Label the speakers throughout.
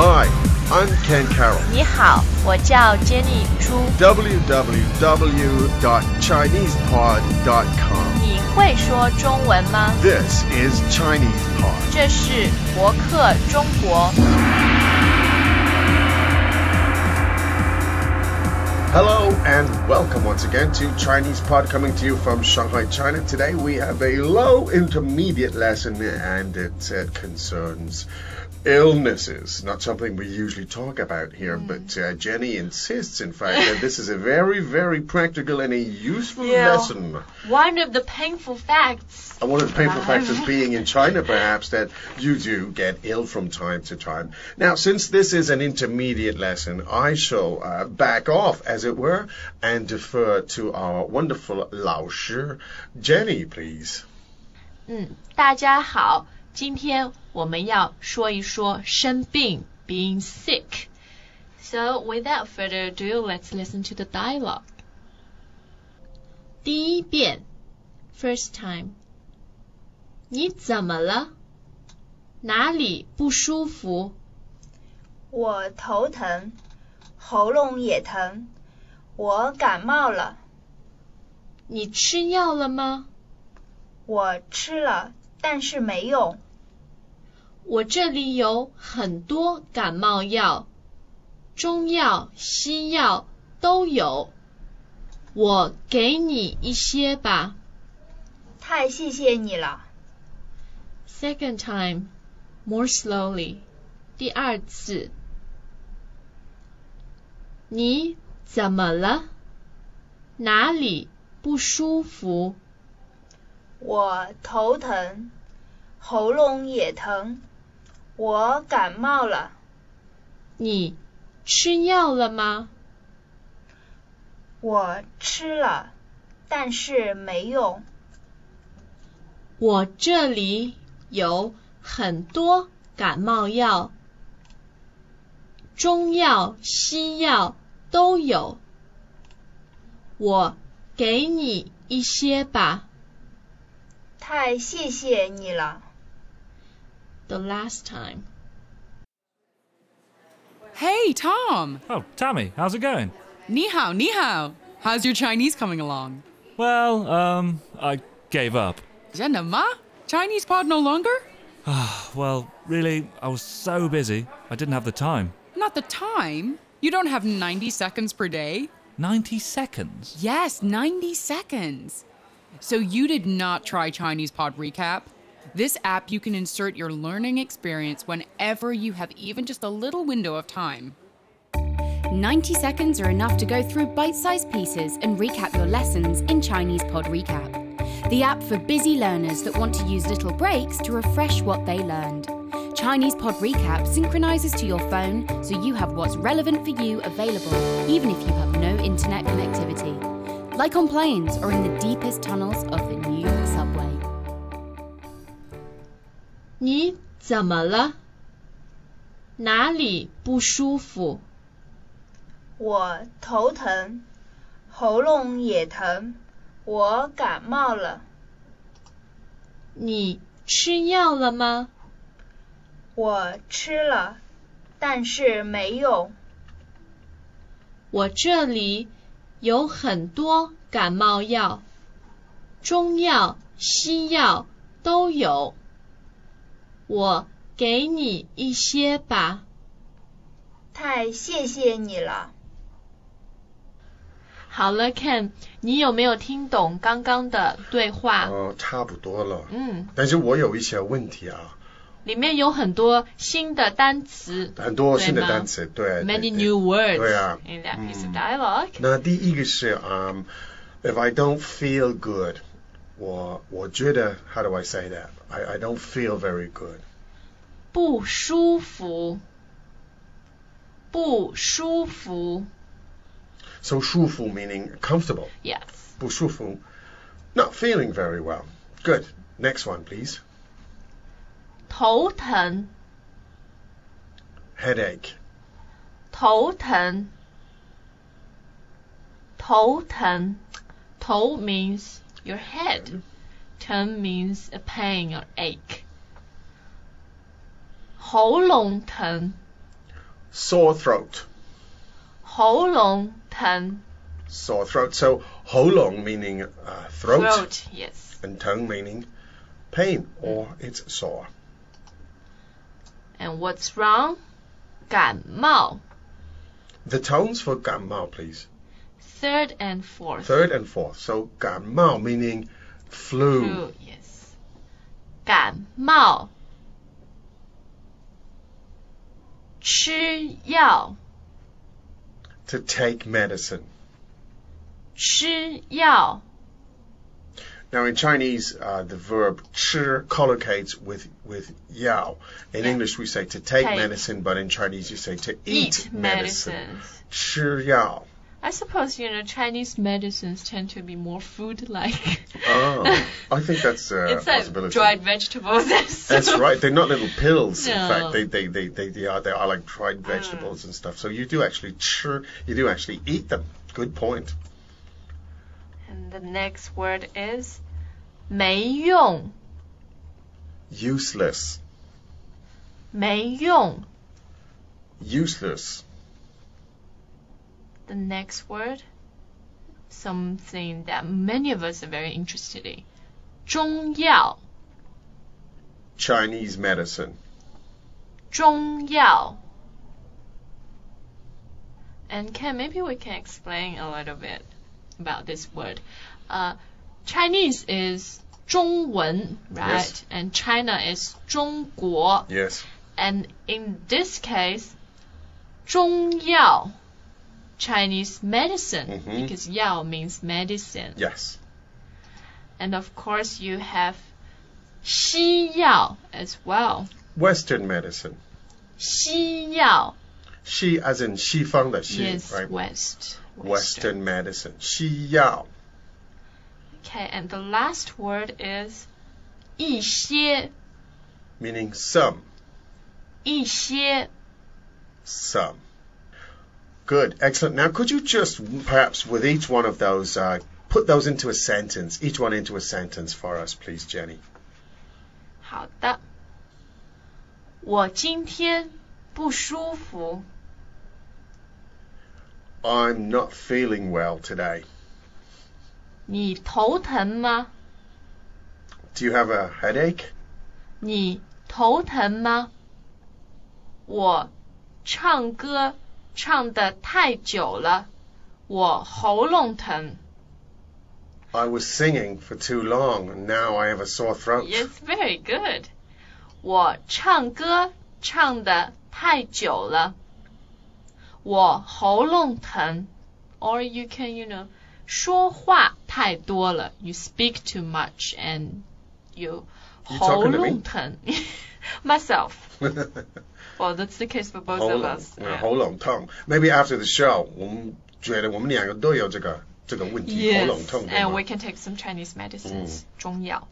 Speaker 1: Hi, I'm Ken Carroll.
Speaker 2: 你好，我叫 Jenny 朱。
Speaker 1: www.chinesepod.com.
Speaker 2: 你会说中文吗？
Speaker 1: This is Chinese Pod.
Speaker 2: 这是博客中国。
Speaker 1: Hello and welcome once again to Chinese Pod coming to you from Shanghai, China. Today we have a low intermediate lesson and it uh, concerns illnesses, not something we usually talk about here, but uh, Jenny insists, in fact, that this is a very, very practical and a useful
Speaker 3: Yeah.
Speaker 1: lesson.
Speaker 3: One of the painful facts.
Speaker 1: And one of the painful facts is being in China, perhaps, that you do get ill from time to time. Now, since this is an intermediate lesson, I shall uh, back off, as it were, and defer to our wonderful Lao Shi, Jenny, please.
Speaker 3: 嗯，大家好，今天我们要说一说生病 being sick. So without further ado, let's listen to the dialogue. 第一遍，first time。你怎么了？哪里不舒服？
Speaker 4: 我头疼，喉咙也疼，我感冒了，
Speaker 3: 你吃药了吗？
Speaker 4: 我吃了，但是没用，
Speaker 3: 我这里有很多感冒药，中药、西药都有，我给你一些吧。
Speaker 4: 太谢谢你了。
Speaker 3: Second time, more slowly. 第二次。你怎么了？哪里不舒服？
Speaker 4: 我头疼，喉咙也疼，我感冒了，
Speaker 3: 你吃药了吗？
Speaker 4: 我吃了，但是没用，
Speaker 3: 我这里有很多感冒药，中药、西药都有。我给你一些吧。
Speaker 4: 太谢谢你了。
Speaker 3: The last time.
Speaker 5: Hey, Tom!
Speaker 6: Oh, Tammy, how's it going?
Speaker 5: Ni hao, ni hao! How's your Chinese coming along?
Speaker 6: Well, um, I gave up.
Speaker 5: Zhen ma? Chinese pod no longer?
Speaker 6: Well, really, I was so busy, I didn't have the time.
Speaker 5: Not the time. You don't have 90 seconds per day?
Speaker 6: 90 seconds?
Speaker 5: Yes, 90 seconds. So you did not try Chinese pod recap? This app, you can insert your learning experience whenever you have even just a little window of time.
Speaker 7: 90 seconds are enough to go through bite sized pieces and recap your lessons in Chinese Pod Recap, the app for busy learners that want to use little breaks to refresh what they learned. Chinese Pod Recap synchronizes to your phone so you have what's relevant for you available, even if you have no internet connectivity, like on planes or in the deepest tunnels of the New York subway.
Speaker 3: 你怎么了？哪里不舒服？
Speaker 4: 我头疼，喉咙也疼，我感冒了，
Speaker 3: 你吃药了吗？
Speaker 4: 我吃了，但是没用。
Speaker 3: 我这里有很多感冒药，中药、西药都有。我给你一些吧。
Speaker 4: 太谢谢你了，
Speaker 3: 好了，Ken，你有没有听懂刚刚的对话？
Speaker 1: 哦，差不多了。
Speaker 3: 嗯，
Speaker 1: 但是我有一些问题啊，
Speaker 3: 里面有很多新的单词
Speaker 1: 很多新的单词，对，对，对。
Speaker 3: ，many new words
Speaker 1: 对啊
Speaker 3: in that piece
Speaker 1: 嗯
Speaker 3: of dialogue。
Speaker 1: 那第一个是 um, if I don't feel good, 我我觉得 how do I say that? I I don't feel very good.
Speaker 3: 不舒服，不舒服
Speaker 1: So 舒服 meaning comfortable.
Speaker 3: ，yes。
Speaker 1: 不舒服 not feeling very well. Good. Next one, please.
Speaker 3: 头疼，
Speaker 1: Headache.
Speaker 3: 头疼，头疼头 means your head. Tung means a pain or ache. 喉咙疼，
Speaker 1: Sore throat.
Speaker 3: 喉咙疼
Speaker 1: Sore throat. So holong meaning uh, throat,
Speaker 3: yes.
Speaker 1: and tongue meaning pain or it's sore.
Speaker 3: And what's wrong? 感冒
Speaker 1: The tones for gamao, please.
Speaker 3: third and fourth.
Speaker 1: Third and fourth. So gamao meaning flu.
Speaker 3: Flu, yes. 感冒吃药
Speaker 1: To take medicine.
Speaker 3: 吃药
Speaker 1: Now in Chinese, uh, the verb 吃 collocates with with yao. In English, we say to take,
Speaker 3: Take.
Speaker 1: medicine, but in Chinese, you say to eat,
Speaker 3: eat
Speaker 1: medicine.
Speaker 3: medicines.
Speaker 1: 吃 yao.
Speaker 3: I suppose you know Chinese medicines tend to be more food-like.
Speaker 1: Oh, I think that's uh,
Speaker 3: it's
Speaker 1: a
Speaker 3: like
Speaker 1: possibility.
Speaker 3: dried vegetables. and stuff.
Speaker 1: That's right. They're not little pills. In
Speaker 3: No. Oh.
Speaker 1: fact, they, they, they, they, they are they are like dried vegetables and stuff. So you do actually chur, you do actually eat them. Good point.
Speaker 3: And the next word is 没用,
Speaker 1: Useless.
Speaker 3: 没用.
Speaker 1: Useless.
Speaker 3: The next word, something that many of us are very interested in. 中药,
Speaker 1: Chinese medicine.
Speaker 3: 中药. And Ken, maybe we can explain a little bit about this word. Uh, Chinese is 中文, right?
Speaker 1: Yes.
Speaker 3: And China is 中国.
Speaker 1: Yes.
Speaker 3: And in this case, 中药, Chinese medicine,
Speaker 1: Mhm.
Speaker 3: because yao means medicine.
Speaker 1: Yes.
Speaker 3: And of course, you have 西药 as well.
Speaker 1: Western medicine.
Speaker 3: 西药,
Speaker 1: She as in she fang the she,
Speaker 3: yes,
Speaker 1: right?
Speaker 3: West.
Speaker 1: Western medicine. She yao.
Speaker 3: Okay, and the last word is 一些,
Speaker 1: Meaning some.
Speaker 3: 一些.
Speaker 1: Some. Good. Excellent. Now, could you just perhaps with each one of those, uh, put those into a sentence, each one into a sentence for us, please, Jenny?
Speaker 3: 好的。我今天不舒服。
Speaker 1: I'm not feeling well today.
Speaker 3: 你头疼吗？
Speaker 1: Do you have a headache?
Speaker 3: 你头疼吗？我唱歌唱得太久了，我喉咙疼。
Speaker 1: I was singing for too long and now I have a sore throat.
Speaker 3: Yes, very good. 我唱歌唱得太久了，我喉咙疼。Or you can, you know, 说话太多了。You speak too much and you
Speaker 1: You
Speaker 3: 喉
Speaker 1: talking to me?
Speaker 3: 咙疼。Myself.
Speaker 1: Hold
Speaker 3: Well, that's the case for both of
Speaker 1: on.
Speaker 3: us.
Speaker 1: Yeah, hold on, Tom. Maybe after the show, um, 我们觉得我们两个都有这个这个问题，
Speaker 3: Yes,
Speaker 1: 喉咙痛，对吗？
Speaker 3: and we can take some Chinese medicines. 中药.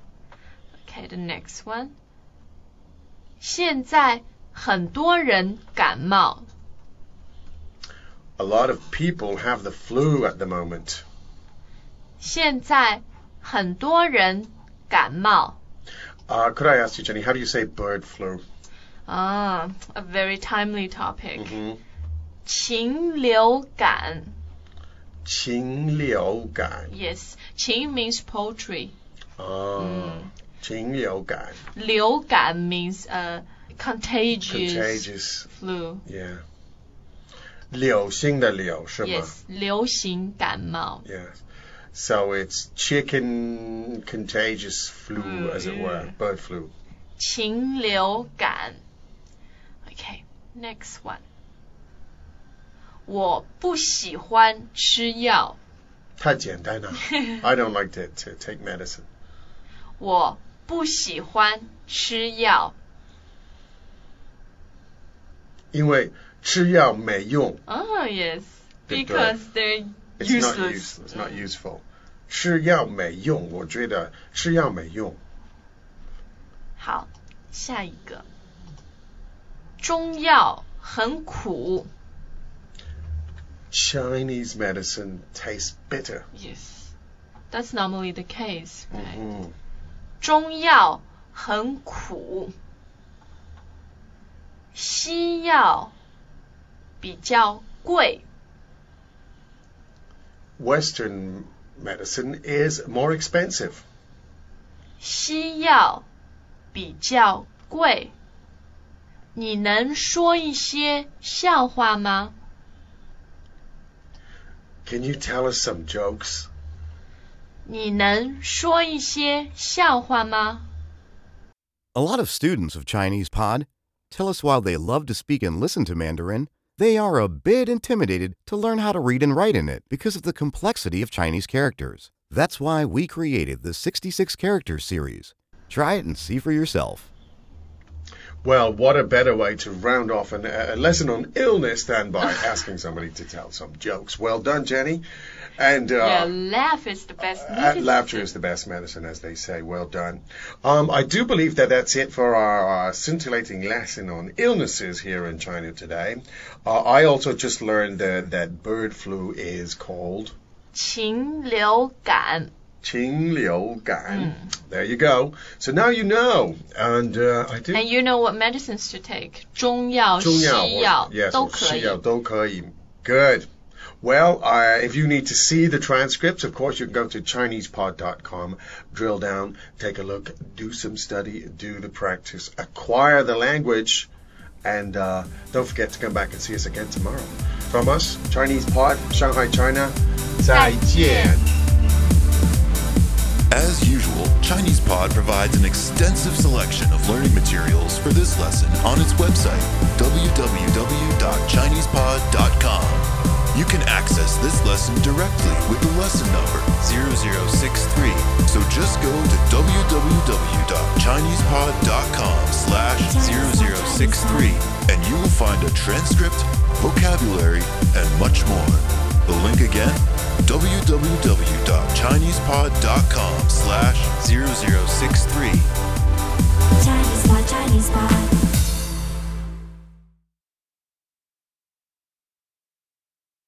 Speaker 3: Okay, the next one. 现在很多人感冒.
Speaker 1: A lot of people have the flu at the moment.
Speaker 3: 现在很多人感冒.
Speaker 1: Uh, could I ask you, Jenny, how do you say bird flu?
Speaker 3: Ah, a very timely topic.
Speaker 1: Mm-hmm.
Speaker 3: 禽流感.
Speaker 1: Qingliugan.
Speaker 3: Yes, 禽 means poultry.
Speaker 1: Oh,
Speaker 3: Hmm.
Speaker 1: qingliugan.
Speaker 3: 流感 means uh, contagious,
Speaker 1: Contagious.
Speaker 3: flu.
Speaker 1: Yeah. 流行的流是吗
Speaker 3: Yes, 流行感冒.
Speaker 1: Yeah. So it's chicken contagious flu,
Speaker 3: Mm,
Speaker 1: as it
Speaker 3: yeah.
Speaker 1: were, bird flu.
Speaker 3: 禽流感。Okay, next one. 我不喜欢吃药。
Speaker 1: 太简单了。I don't like to, to take medicine.
Speaker 3: 我不喜欢吃药。
Speaker 1: 因为吃药没用,
Speaker 3: Oh yes,
Speaker 1: Good
Speaker 3: because they're
Speaker 1: it's not
Speaker 3: useless.
Speaker 1: useless, not useful. 吃药没用，我觉得吃药没用。
Speaker 3: 好，下一个。中药很苦。
Speaker 1: Chinese medicine tastes bitter.
Speaker 3: Yes. That's normally the case, right?
Speaker 1: Mhm.
Speaker 2: 中药很苦，西药比较贵。
Speaker 1: Western medicine is more expensive.
Speaker 2: 西药比较贵。
Speaker 3: 你能说一些笑话吗？
Speaker 1: Can you tell us some jokes?
Speaker 3: 你能说一些笑话吗？
Speaker 8: A lot of students of Chinese Pod tell us while they love to speak and listen to Mandarin, they are a bit intimidated to learn how to read and write in it because of the complexity of Chinese characters. That's why we created the 66 character series. Try it and see for yourself.
Speaker 1: Well, what a better way to round off an, a lesson on illness than by asking somebody to tell some jokes. Well done, Jenny. And uh,
Speaker 2: Yeah, laugh is the best.
Speaker 1: At
Speaker 2: medicine.
Speaker 1: Uh, laughter is the best medicine, as they say. Well done. Um, I do believe that that's it for our, uh scintillating lesson on illnesses here in China today. Uh, I also just learned that, that bird flu is called
Speaker 2: 禽流感。
Speaker 1: qing liu gan. There you go. So now you know. And uh, I do.
Speaker 3: And you know what medicines to take？中药、西
Speaker 1: 中药
Speaker 3: 药
Speaker 1: or- yes,
Speaker 3: 都
Speaker 1: or
Speaker 3: 可以。
Speaker 1: 西药都可以. Good. Well, uh, if you need to see the transcripts, of course, you can go to ChinesePod.com, drill down, take a look, do some study, do the practice, acquire the language, and uh, don't forget to come back and see us again tomorrow. From us, Chinese Pod, Shanghai, China, 再见.
Speaker 9: As usual, ChinesePod provides an extensive selection of learning materials for this lesson on its website, www.chinesepod.com. You can access this lesson directly with the lesson number 0063. So just go to www.chinesepod.com slash 0063 and you will find a transcript, vocabulary, and much more. The link again, www.chinesepod.com slash 0063.